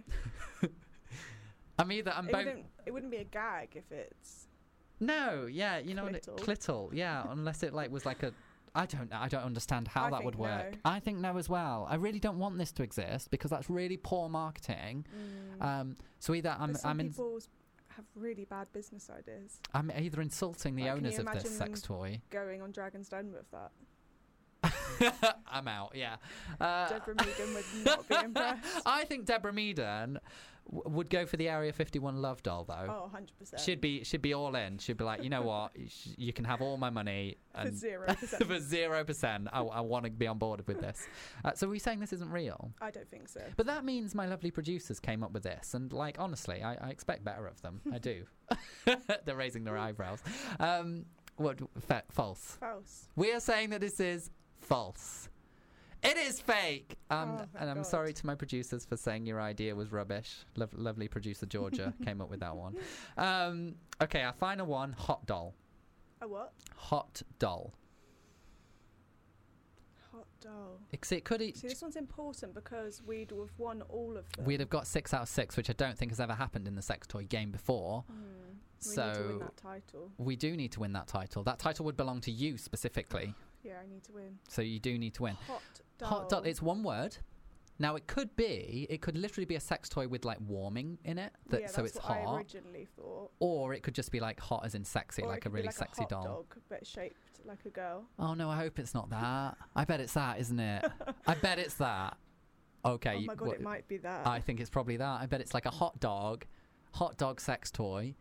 S2: I'm either I'm
S3: it
S2: both.
S3: wouldn't, it wouldn't be a gag if it's
S2: No, yeah, you know,
S3: Clittle.
S2: clittle. clittle yeah, unless it like was like a. I don't know. I don't understand how
S3: I
S2: that would
S3: think
S2: work.
S3: no.
S2: I think no as well. I really don't want this to exist because that's really poor marketing.
S3: mm,
S2: Um, so either
S3: but
S2: I'm
S3: some
S2: I'm, in,
S3: people have really bad business ideas
S2: I'm either insulting the
S3: Like, can
S2: owners
S3: you
S2: of this
S3: imagine
S2: sex toy.
S3: going on Dragon's Den with that.
S2: I'm out. Yeah. Uh, Oh.
S3: Deborah Meagan would not be impressed.
S2: I think Deborah Meaden w- would go for the Area 51 love doll though.
S3: Oh, 100%.
S2: she'd be she'd be all in. She'd be like, you know what, You sh- you can have all my money
S3: for
S2: and
S3: zero percent.
S2: for zero percent. I, I want to be on board with this. Uh, so are we saying this isn't real?
S3: I don't think so.
S2: But that means my lovely producers came up with this, and like honestly, I, I expect better of them. I do. They're raising their eyebrows. Um, what? Fa- false.
S3: False.
S2: We are saying that this is false. It is fake. Um,
S3: Oh, thank
S2: and I'm
S3: God.
S2: sorry to my producers for saying your idea was rubbish. Lov lovely producer Georgia came up with that one. Um, okay, our final one: hot doll.
S3: A what?
S2: Hot doll.
S3: Hot doll.
S2: Ex- It could eat.
S3: See, this one's important because we'd have won all of them.
S2: We'd have got six out of six, which I don't think has ever happened in the sex toy game before.
S3: Hmm. We need to win
S2: so
S3: that title.
S2: we do need to win that title. That title would belong to you specifically,
S3: Yeah, I need to win.
S2: so you do need to win.
S3: Hot doll.
S2: Hot doll. It's one word. Now it could be, it could literally be a sex toy with like warming in it, that,
S3: yeah,
S2: so
S3: that's
S2: it's
S3: what
S2: hot.
S3: I originally thought.
S2: or it could just be like hot as in sexy,
S3: Or it
S2: like a
S3: could be
S2: really
S3: like
S2: sexy
S3: hot
S2: doll.
S3: dog, but shaped like a girl.
S2: Oh no, I hope it's not that. I bet it's that, isn't it? I bet it's that. Okay.
S3: oh
S2: you-
S3: my god,
S2: what-
S3: it might be that.
S2: I think it's probably that. I bet it's like a hot dog, hot dog sex toy.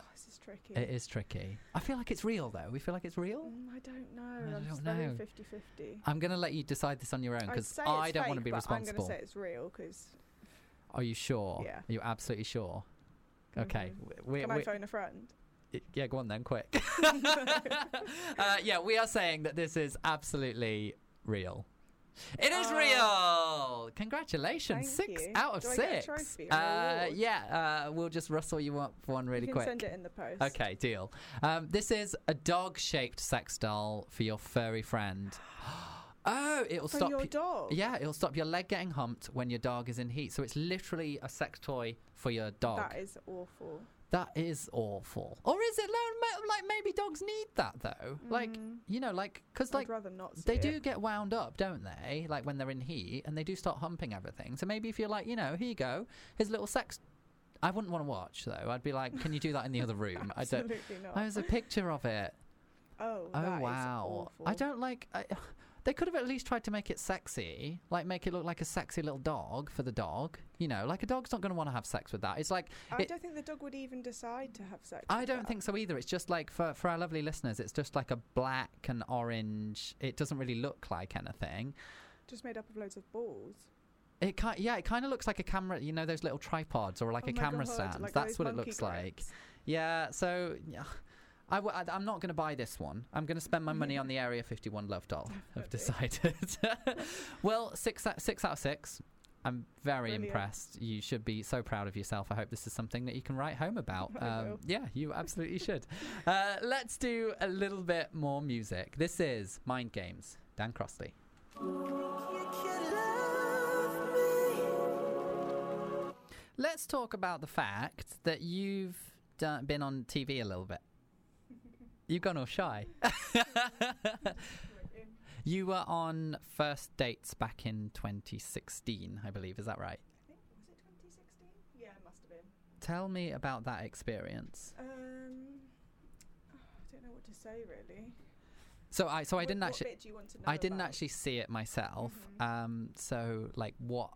S3: oh, this is tricky.
S2: It is tricky. I feel like it's real though. We feel like it's real.
S3: Mm, I don't know.
S2: I
S3: I'm
S2: don't
S3: just very
S2: know.
S3: 50-50.
S2: I'm gonna let you decide this on your own
S3: I'd
S2: because
S3: say
S2: I
S3: it's
S2: don't want to
S3: fake,
S2: be
S3: but
S2: responsible.
S3: I'm going to say it's real because
S2: Are you sure?
S3: Yeah.
S2: Are you absolutely sure? Okay.
S3: Mhm.
S2: w- We,
S3: can
S2: we-
S3: I phone a friend?
S2: i- yeah, go on then, quick. uh, yeah, we are saying that this is absolutely real. It is
S3: Oh.
S2: real. Congratulations,
S3: Thank
S2: six
S3: you.
S2: out of
S3: Do I get a
S2: six.
S3: trophy or a
S2: uh,
S3: reward?
S2: yeah, uh, we'll just rustle you up for one really
S3: you can
S2: quick.
S3: send it in the post.
S2: Okay, deal. Um, this is a dog shaped sex doll for your furry friend. Oh, it'll
S3: For
S2: stop.
S3: your
S2: y-
S3: dog.
S2: yeah, it'll stop your leg getting humped when your dog is in heat. So it's literally a sex toy for your dog.
S3: That is awful.
S2: That is awful. Or is it like ma- like maybe dogs need that though? Like
S3: Mm.
S2: you know, like because like
S3: I'd rather not. See
S2: they
S3: it.
S2: do get wound up, don't they? Like when they're in heat and they do start humping everything. So maybe if you're like, you know, here you go, his little sex. I wouldn't want to watch though. I'd be like, can you do that in the other room? I don't.
S3: Absolutely not.
S2: Oh, there's a picture of it.
S3: oh, that
S2: Oh
S3: is
S2: wow!
S3: awful.
S2: I don't like. I, they could have at least tried to make it sexy, like make it look like a sexy little dog for the dog. You know, like a dog's not going to want to have sex with that. It's like
S3: I
S2: it-
S3: don't think the dog would even decide to have sex.
S2: I
S3: with
S2: don't
S3: that.
S2: think so either. It's just like for for our lovely listeners, it's just like a black and orange. It doesn't really look like anything.
S3: Just made up of loads of balls.
S2: It kind yeah, it kind of looks like a camera. You know those little tripods or like
S3: Oh
S2: a
S3: my
S2: camera
S3: God,
S2: stand.
S3: like
S2: That's
S3: those
S2: what it
S3: monkey
S2: looks like.
S3: grips.
S2: Yeah. So. Yeah. I w- I, am not going to buy this one. I'm going to spend my
S3: Mm-hmm.
S2: money on the Area 51 Love Doll. I've decided. well, six out, six out of six. I'm very
S3: Brilliant.
S2: impressed. You should be so proud of yourself. I hope this is something that you can write home about. Um,
S3: I will.
S2: yeah, you absolutely should. Uh, let's do a little bit more music. This is Mind Games, Dan Crossley.
S1: You can love me.
S2: Let's talk about the fact that you've done, been on TV a little bit. You've gone all shy. you were on First Dates back in 2016, I believe. Is that right?
S3: I think was it 2016? Yeah, it must have been.
S2: Tell me about that experience.
S3: Um, oh, I don't know what to say really.
S2: So I, so I
S3: What-
S2: didn't
S3: what
S2: actually,
S3: bit do you want to know
S2: I didn't
S3: about?
S2: actually see it myself.
S3: Mhm.
S2: Um, so like what,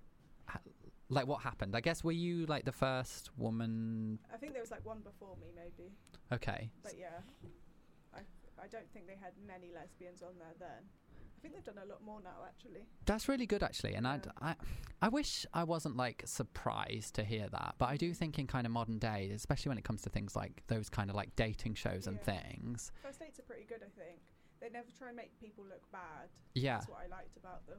S2: ha- like what happened? I guess were you like the first woman?
S3: I think there was like one before me, maybe.
S2: Okay,
S3: But yeah, I, I don't think they had many lesbians on there then. I think they've done a lot more now, actually.
S2: That's really good, actually, and I'd,
S3: Yeah.
S2: I, I wish I wasn't like surprised to hear that, but I do think in kind of modern day, especially when it comes to things like those kind of like dating shows and
S3: Yeah.
S2: things,
S3: First dates are pretty good, I think. They never try and make people look bad.
S2: yeah,
S3: That's what I liked about them.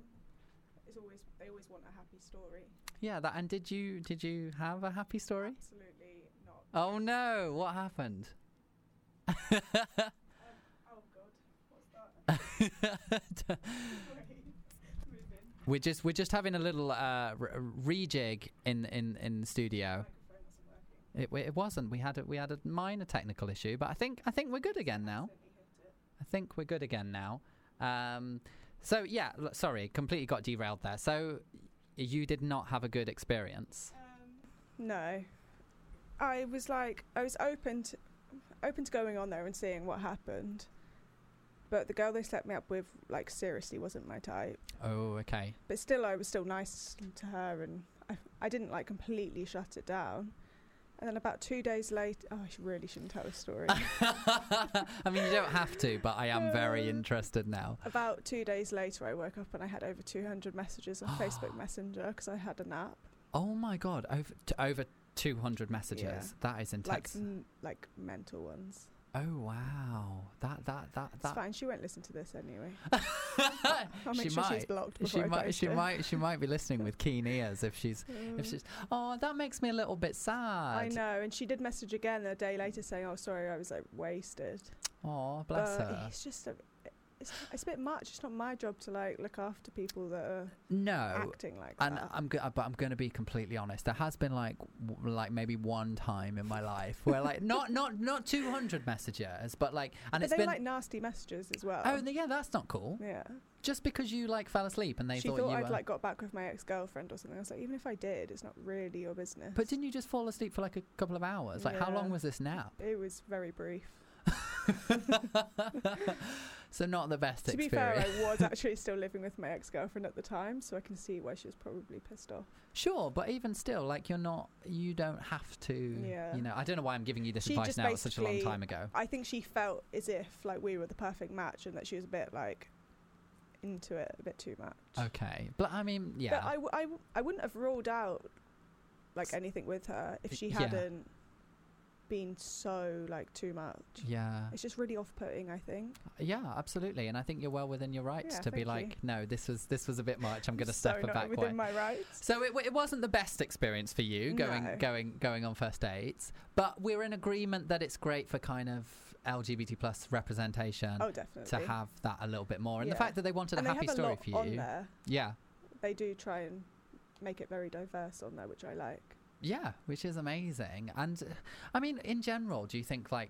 S3: it's always they always want a happy story.
S2: Yeah, that. And did you did you have a happy story?
S3: Absolutely not.
S2: Oh no! What happened?
S3: Oh god, what's that? Sorry. Moving.
S2: we're just we're just having a little uh, r- rejig in in in the studio.
S3: Microphone wasn't working.
S2: It, it wasn't. We had a, we had a minor technical issue, but I think I think we're good again now.
S3: Accidentally hit it.
S2: I think we're good again now. Um, so yeah, l- sorry, completely got derailed there. So y- you did not have a good experience.
S3: Um, No. I was like I was open to open to going on there and seeing what happened. But the girl they set me up with like seriously wasn't my type.
S2: Oh, okay.
S3: But still I was still nice to her and I I didn't like completely shut it down. And then about 2 days later, oh I sh- really shouldn't tell a story.
S2: I mean, you don't have to, but I am very interested now.
S3: about 2 days later I woke up and I had over 200 messages on Facebook Messenger because I had an app.
S2: Oh my god, over t- over two hundred messages. That is
S3: Like
S2: intense.
S3: m- like mental ones.
S2: oh wow, that that that
S3: It's
S2: that.
S3: fine. She won't listen to this anyway. I'll make
S2: She
S3: sure she's
S2: might.
S3: blocked
S2: She
S3: before I
S2: might,
S3: post
S2: she
S3: it. Mm.
S2: might, she might be listening with keen ears if she's, if she's. Oh, that makes me a little bit sad.
S3: I know, and she did message again a day later saying, "Oh, sorry, I was like wasted."
S2: Oh, bless
S3: but
S2: her.
S3: It's just a, it's, it's a bit much. It's not my job to like look after people that are
S2: No,
S3: acting like
S2: Oh, and
S3: that.
S2: I'm, go- but I'm going to be completely honest. There has been like, w- like maybe one time in my life where like not, not, not 200 messages, but like, and
S3: but
S2: it's
S3: they
S2: been.
S3: like nasty messages as well.
S2: oh, yeah, that's not cool.
S3: yeah.
S2: Just because you like fell asleep and they
S3: she
S2: thought,
S3: thought,
S2: you
S3: I'd
S2: were.
S3: like got back with my ex girlfriend or something. I was like, even if I did, it's not really your business.
S2: but didn't you just fall asleep for like a couple of hours? Like, how
S3: Yeah.
S2: long was this nap?
S3: it was very brief.
S2: so not the best
S3: To be
S2: experience.
S3: fair, I was actually still living with my ex girlfriend at the time, so I can see why she was probably pissed off.
S2: Sure, but even still, like you're not, you don't have to.
S3: Yeah.
S2: You know, I don't know why I'm giving you this
S3: She
S2: advice
S3: just
S2: now. It's such a long
S3: basically-
S2: time ago.
S3: I think she felt as if like we were the perfect match and that she was a bit like into it a bit too much.
S2: Okay, but I mean, Oh, yeah.
S3: But I, w- I, w- I wouldn't have ruled out like anything with her if she
S2: Yeah.
S3: hadn't been so like too much.
S2: yeah,
S3: It's just really off putting, I think.
S2: yeah, absolutely, and I think you're well within your rights
S3: Yeah,
S2: to be
S3: thank you.
S2: like, no, this was this was a bit much. I'm going to
S3: so
S2: step it
S3: not
S2: back
S3: within
S2: way.
S3: my rights.
S2: so it, w- it wasn't the best experience for you going
S3: No.
S2: going going on first dates, but we're in agreement that it's great for kind of LGBT plus representation
S3: Oh, definitely.
S2: to have that a little bit more, and the
S3: Yeah.
S2: fact that they wanted
S3: and
S2: a
S3: they
S2: happy
S3: have a
S2: story
S3: lot
S2: for you,
S3: on there.
S2: yeah,
S3: They do try and make it very diverse on there, which I like.
S2: Yeah, which is amazing. And uh, I mean, in general, do you think like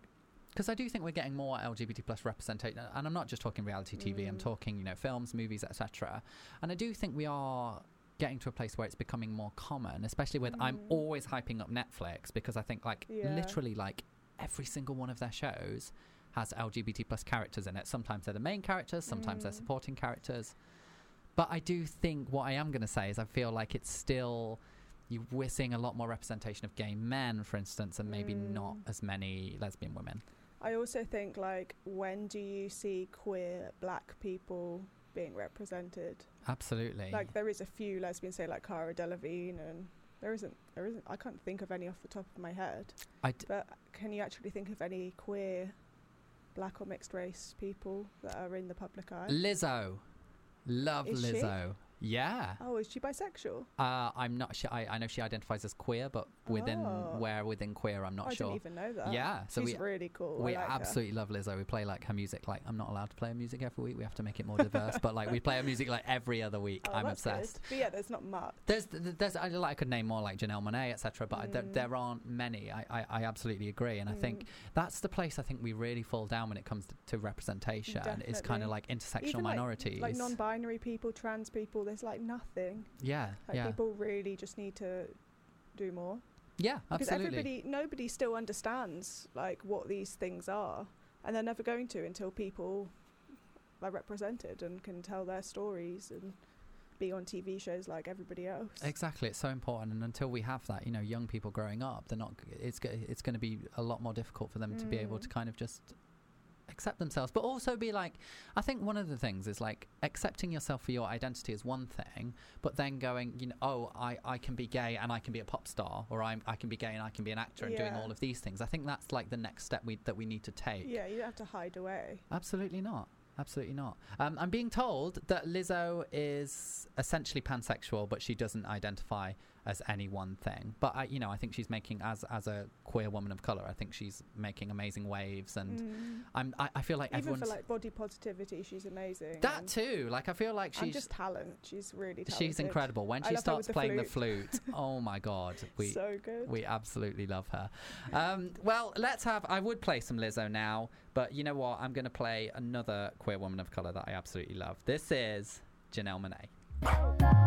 S2: because I do think we're getting more LGBT plus representation, and I'm not just talking reality TV. I'm
S3: Mm.
S2: talking you know films, movies, etc. And I do think we are getting to a place where it's becoming more common, especially with I'm
S3: Mm.
S2: always hyping up Netflix because I think like
S3: Yeah.
S2: literally like every single one of their shows has LGBT plus characters in it. Sometimes they're the main characters, sometimes they're
S3: Mm.
S2: supporting characters. But I do think what I am going to say is I feel like it's still you we're seeing a lot more representation of gay men, for instance, and maybe not
S3: Mm.
S2: as many lesbian women.
S3: I also think like when do you see queer black people being represented?
S2: Absolutely.
S3: Like there is a few lesbians, say like Cara Delevingne, and there isn't there isn't I can't think of any off the top of my head.
S2: I d-
S3: but can you actually think of any queer, black or mixed race people that are in the public eye?
S2: Lizzo, love
S3: Is she?
S2: Lizzo. Yeah.
S3: oh, is she bisexual?
S2: Uh, I'm not sure. I, I know she identifies as queer, but within
S3: Oh.
S2: where within queer, I'm not
S3: I
S2: sure.
S3: didn't even know that.
S2: Yeah, so
S3: she's
S2: we-
S3: really cool. I
S2: we
S3: like her.
S2: absolutely love Lizzo. We play like her music. Like I'm not allowed to play her music every week. We have to make it more diverse. but like we play her music like every other week.
S3: Oh,
S2: I'm
S3: that's good.
S2: obsessed.
S3: But yeah, there's not much.
S2: There's, there's, I, like, I could name more like Janelle Monet, etc., but I there,
S3: Mm.
S2: there aren't many. I, I, I absolutely agree. And I think
S3: Mm.
S2: that's the place I think we really fall down when it comes to, to representation is kind
S3: Definitely.
S2: of like intersectional
S3: Even, like-
S2: minorities.
S3: Mm. like non-binary people, trans people, there's like nothing.
S2: yeah,
S3: Like
S2: yeah,
S3: people really just need to do more
S2: yeah,
S3: because
S2: absolutely.
S3: everybody, nobody still understands like what these things are, and they're never going to until people are represented and can tell their stories and be on TV shows like everybody else.
S2: Exactly, it's so important, and until we have that, you know, young people growing up, they're not. g- It's go- it's going to be a lot more difficult for them to be able
S3: Mm.
S2: to kind of just accept themselves, but also be like. I think one of the things is like accepting yourself for your identity is one thing, but then going, you know, oh, I I can be gay and I can be a pop star, or I'm I can be gay and I can be an actor, and doing
S3: Yeah.
S2: all of these things. I think that's like the next step we that we need to take.
S3: Yeah, you don't have to hide away.
S2: Absolutely not. Absolutely not. Um, I'm being told that Lizzo is essentially pansexual, but she doesn't identify as any one thing. But I, you know, I think she's making as as a queer woman of color. I think she's making amazing waves, and
S3: Mm.
S2: I'm I, I feel like
S3: Even
S2: everyone's
S3: for like body positivity, she's amazing.
S2: that
S3: and-
S2: too. Like I feel like
S3: and
S2: she's
S3: just talent. She's really talented.
S2: she's incredible when
S3: I
S2: she
S3: love her with
S2: starts
S3: the
S2: playing the flute. oh my god, we
S3: so good.
S2: we absolutely love her. Um, well, let's have. I would play some Lizzo now, but you know what? I'm going to play another queer woman of color that I absolutely love. This is Janelle Monet.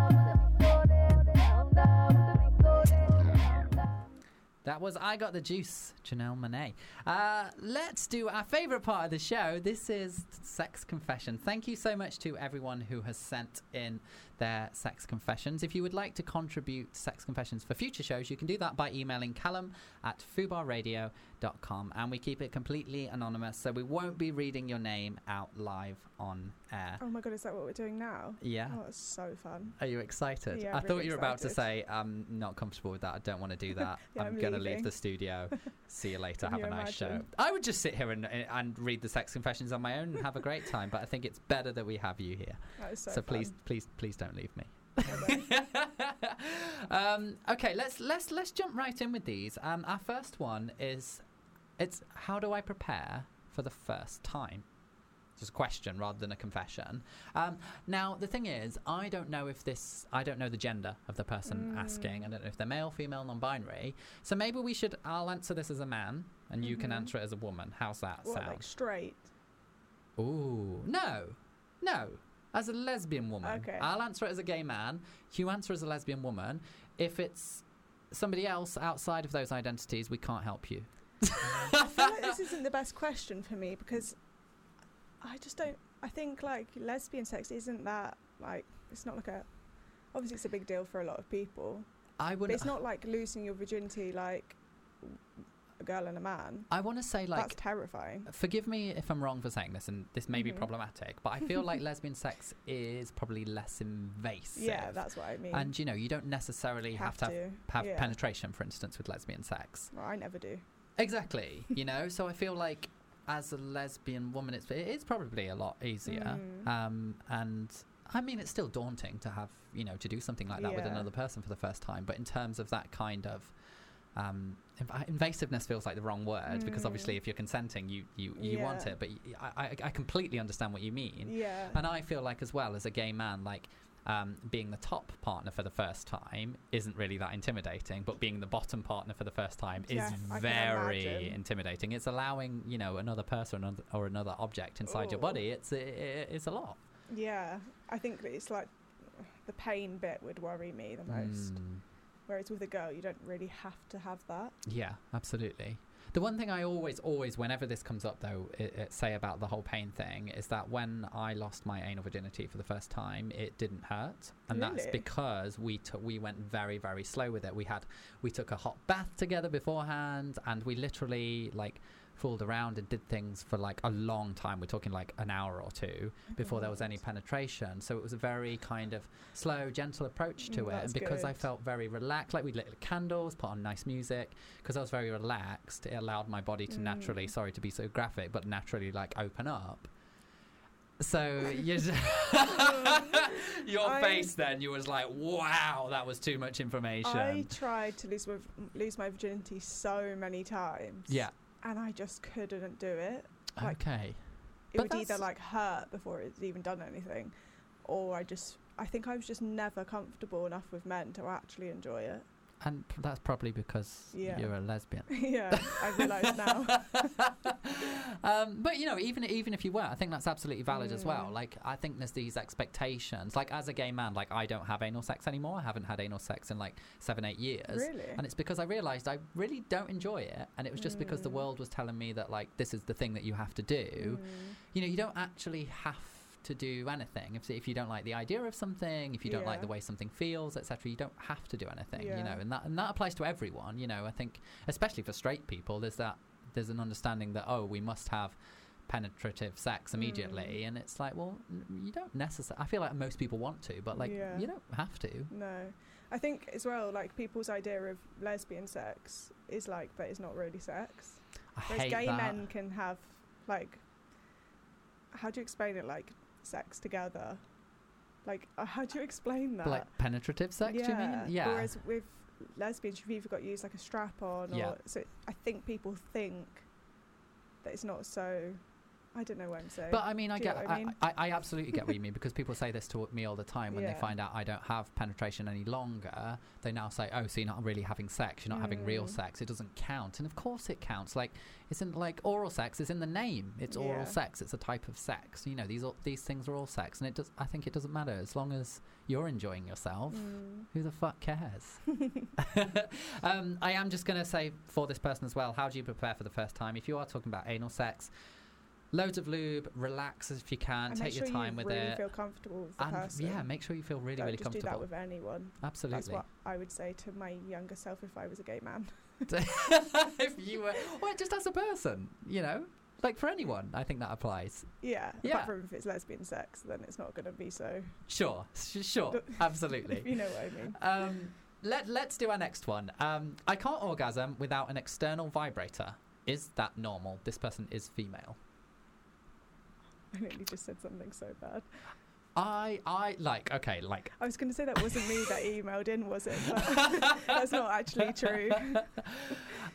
S2: That was I Got the Juice, Janelle Monet. Uh, let's do our favourite part of the show. This is Sex Confession. Thank you so much to everyone who has sent in their sex confessions. If you would like to contribute sex confessions for future shows, you can do that by emailing callum at fubarradio.com. And we keep it completely anonymous, so we won't be reading your name out live on air.
S3: Oh my god, is that what we're doing now?
S2: Yeah.
S3: Oh, that's so fun.
S2: Are you excited?
S3: Yeah,
S2: I
S3: I'm
S2: thought
S3: really
S2: you were about to say,
S3: excited.
S2: I'm not comfortable with that. I don't want to do that.
S3: Yeah,
S2: I'm,
S3: I'm
S2: going to leave
S3: leaving."
S2: the studio. See you later.
S3: Can
S2: have
S3: you
S2: a nice show.
S3: imagine?
S2: I would just sit here and, and read the sex confessions on my own and have a great time, but I think it's better that we have you here.
S3: That is so,
S2: So, please, please, please don't leave me.
S3: fun. Okay.
S2: um, okay, let's let's let's jump right in with these. Um, our first one is, it's how do I prepare for the first time? It's just a question rather than a confession. Um, now the thing is, I don't know if this, I don't know the gender of the person
S3: Mm.
S2: asking. I don't know if they're male, female, non-binary. So maybe we should. I'll answer this as a man, and you can
S3: Mhm.
S2: answer it as a woman. How's that
S3: what,
S2: sound?
S3: like straight?
S2: Ooh, no, no. As a lesbian woman,
S3: Okay.
S2: I'll answer it as a gay man. You answer as a lesbian woman. If it's somebody else outside of those identities, we can't help you.
S3: I feel like this isn't the best question for me because I just don't. I think like lesbian sex isn't that like it's not like a. Obviously, it's a big deal for a lot of people,
S2: I
S3: but
S2: would.
S3: it's not like losing your virginity like a girl and a man.
S2: I want to say
S3: That's
S2: like.
S3: terrifying.
S2: Forgive me if I'm wrong for saying this, and this may be
S3: Mhm.
S2: problematic, but I feel like lesbian sex is probably less invasive.
S3: Yeah, that's what I mean.
S2: and you know, you don't necessarily have, to have, have
S3: yeah.
S2: penetration, for instance, with lesbian sex.
S3: Well, I never do.
S2: Exactly. You know, so I feel like as a lesbian woman, it's it is probably a lot easier.
S3: Mm.
S2: Um, and I mean, it's still daunting to have you know to do something like that with
S3: Yeah.
S2: another person for the first time. But in terms of that kind of um, inv- invasiveness feels like the wrong word because
S3: Mm.
S2: obviously if you're consenting, you you, you want
S3: Yeah.
S2: it. But y- I, I- I completely understand what you mean.
S3: Yeah.
S2: And I feel like, as well, as a gay man, like um, being the top partner for the first time isn't really that intimidating, but being the bottom partner for the first time is
S3: Yeah, I can
S2: very
S3: imagine.
S2: intimidating. It's allowing, you know, another person or another- or another object inside your
S3: Ooh.
S2: body. It's i i it's a lot.
S3: Yeah, I think that it's like the pain bit would worry me the most.
S2: Mm.
S3: Whereas with a girl, you don't really have to have that.
S2: Yeah, absolutely. The one thing I always, always, whenever this comes up, though, i i say about the whole pain thing is that when I lost my anal virginity for the first time, it didn't hurt, and that's
S3: Really?
S2: because we took, we went very, very slow with it. We had, we took a hot bath together beforehand, and we literally like fooled around and did things for like a long time. We're talking like an hour or two
S3: Oh
S2: before there was any penetration. So it was a very kind of slow, gentle approach to
S3: Mm,
S2: it. And
S3: that's
S2: because I
S3: good.
S2: felt very relaxed, like we lit candles, put on nice music, because I was very relaxed, it allowed my body to naturally,
S3: Mm.
S2: sorry to be so graphic, but naturally like open up. So you your
S3: I-
S2: face then, you was like, wow, that was too much information.
S3: I tried to lose my lose my virginity so many times.
S2: yeah.
S3: and I just couldn't do it. like-
S2: okay.
S3: It
S2: But
S3: would either
S2: that's-
S3: like hurt before it's even done anything, or I just I think I was just never comfortable enough with men to actually enjoy it.
S2: And p- that's probably because
S3: Yeah.
S2: you're a lesbian.
S3: yeah, I realise now.
S2: um, but you know, even even if you were, I think that's absolutely valid as well.
S3: Mm.
S2: Like, I think there's these expectations. Like, as a gay man, like I don't have anal sex anymore. I haven't had anal sex in like seven, eight years.
S3: Really?
S2: And it's because I realised I really don't enjoy it, and it was just because the
S3: Mm.
S2: world was telling me that like this is the thing that you have to do.
S3: Mm.
S2: You know, you don't actually have to do anything if if you don't like the idea of something, if you don't like
S3: Yeah.
S2: the way something feels, etc. You don't have to do anything. You
S3: Yeah.
S2: know, and that and that applies to everyone. You know, I think especially for straight people, there's that there's an understanding that oh, we must have penetrative sex
S3: Mm.
S2: immediately, and it's like well, n- you don't necessarily. I feel like most people want to, but like
S3: Yeah.
S2: you don't have to.
S3: No. I think as well, like people's idea of lesbian sex is like that it's not really sex.
S2: I
S3: Whereas
S2: hate
S3: gay
S2: that.
S3: men can have like how do you explain it? Like sex together. Like uh, how do you explain that?
S2: Like penetrative sex, do you mean? Yeah.
S3: Whereas with lesbians, you've either got to use like a strap on,
S2: Yeah.
S3: or so I think people think that it's not so. I don't know where I'm saying.
S2: But I mean, I
S3: Do you
S2: get,
S3: know what
S2: I,
S3: I mean?
S2: I, I absolutely get what you mean because people say this to me all the time when they
S3: Yeah.
S2: find out I don't have penetration any longer. They now say, "Oh, so you're not really having sex? You're not having real
S3: Mm.
S2: sex? It doesn't count." And of course, it counts. Like, isn't like oral sex is in the name. It's
S3: Yeah.
S2: oral sex. It's a type of sex. You know, these all, these things are all sex, and it does. I think it doesn't matter as long as you're enjoying yourself.
S3: Mm.
S2: Who the fuck cares? um, I am just going to say for this person as well how do you prepare for the first time? If you are talking about anal sex, loads of lube, relax if you can,
S3: And
S2: take
S3: make sure
S2: your time
S3: you
S2: with
S3: really
S2: it.
S3: feel comfortable with the
S2: and
S3: person.
S2: yeah, make sure you feel really,
S3: Don't
S2: really
S3: just
S2: comfortable.
S3: do that with anyone. That's
S2: Absolutely.
S3: what I would say to my younger self if I was a gay man.
S2: if you were, or just as a person, you know, like for anyone, I think that applies.
S3: Yeah.
S2: Yeah.
S3: Apart from if it's lesbian sex, then it's not going to be so.
S2: Sure, s- sure,
S3: If
S2: absolutely.
S3: you know what I mean.
S2: Um, let, let's do our next one. Um, I can't orgasm without an external vibrator. Is that normal? This person is female.
S3: I nearly just said something so bad.
S2: I I like okay like
S3: I was going to say that wasn't me that emailed in, was it? But that's not actually true.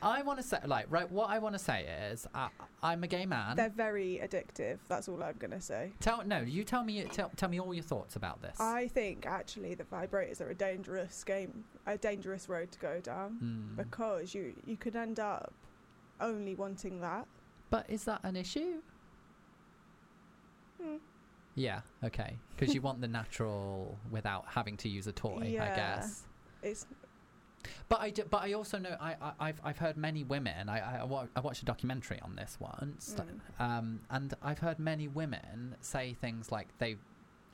S2: I want to say like right what I want to say is I, I'm a gay man.
S3: They're very addictive. That's all I'm going to say.
S2: tell no you tell me tell, tell me all your thoughts about this.
S3: I think actually the vibrators are a dangerous game, a dangerous road to go down
S2: Mm.
S3: because you you could end up only wanting that.
S2: But is that an issue?
S3: Hmm.
S2: Yeah okay because you want the natural without having to use a toy I
S3: Yeah.
S2: guess.
S3: It's
S2: But I, do, but I also know I, I I've I've heard many women. I I, wa- I watched a documentary on this once,
S3: Mm.
S2: um, and I've heard many women say things like they,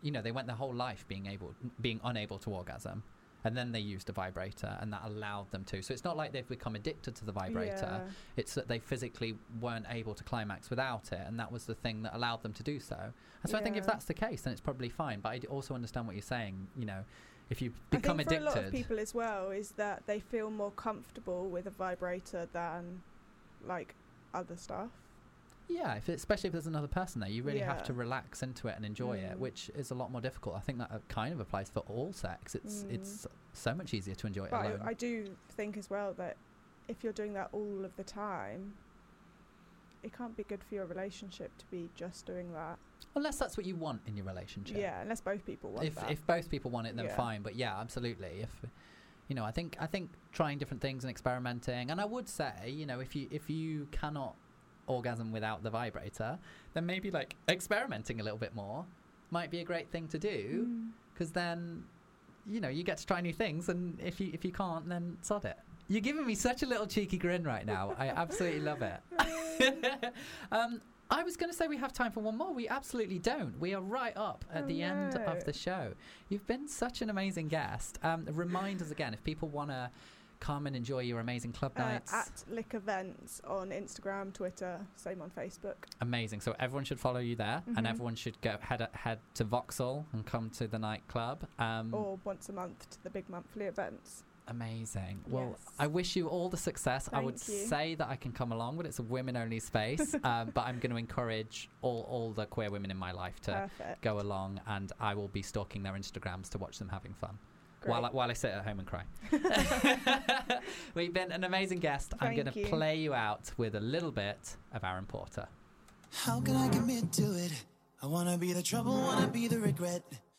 S2: you know, they went their whole life being able being unable to orgasm, and then they used a vibrator, and that allowed them to. So it's not like they've become addicted to the vibrator.
S3: yeah.
S2: It's that they physically weren't able to climax without it, and that was the thing that allowed them to do so. And so I think if
S3: Yeah.
S2: that's the case, then it's probably fine. But I d- also understand what you're saying. You know, if you become
S3: I think
S2: addicted.
S3: for a lot of people as well is that they feel more comfortable with a vibrator than like other stuff.
S2: Yeah, if, especially if there's another person there, you really have
S3: Yeah.
S2: to relax into it and enjoy it,
S3: Mm.
S2: which is a lot more difficult. I think that uh, kind of applies for all sex. It's
S3: Mm.
S2: it's so much easier to enjoy it
S3: But I,
S2: alone.
S3: I do think as well that if you're doing that all of the time, it can't be good for your relationship to be just doing that.
S2: Unless that's what you want in your relationship.
S3: Yeah, unless both people want
S2: If
S3: that.
S2: if both people want it, then
S3: Yeah.
S2: fine. But yeah, absolutely. If you know, I think I think trying different things and experimenting. And I would say, you know, if you if you cannot orgasm without the vibrator, then maybe like experimenting a little bit more might be a great thing to do.
S3: Mm.
S2: because then you know you get to try new things and if you if you can't then sod it you're giving me such a little cheeky grin right now i absolutely love
S3: Mm. Uh,
S2: it um I was going to say we have time for one more. We absolutely don't. We are right up at
S3: Oh,
S2: the end
S3: no.
S2: of the show. You've been such an amazing guest. Um, remind us again if people want to come and enjoy your amazing club
S3: Uh,
S2: nights.
S3: at Lick Events on Instagram, Twitter, same on Facebook.
S2: Amazing. So everyone should follow you there, and
S3: Mhm.
S2: everyone should go head head to Vauxhall and come to the nightclub. Um,
S3: or once a month to the big monthly events.
S2: Amazing. Well,
S3: Yes.
S2: I wish you all the success. I would
S3: Thank you.
S2: say that I can come along, but it's a women-only space. um, but I'm going to encourage all all the queer women in my life to
S3: Perfect.
S2: go along, and I will be stalking their Instagrams to watch them having fun
S3: Great.
S2: while I, while I sit at home and cry. We've been an amazing guest. I'm going
S3: Thank
S2: to
S3: you.
S2: play you out with a little bit of Aaron Porter.
S1: How can I commit to it? I wanna be the trouble, wanna be the regret.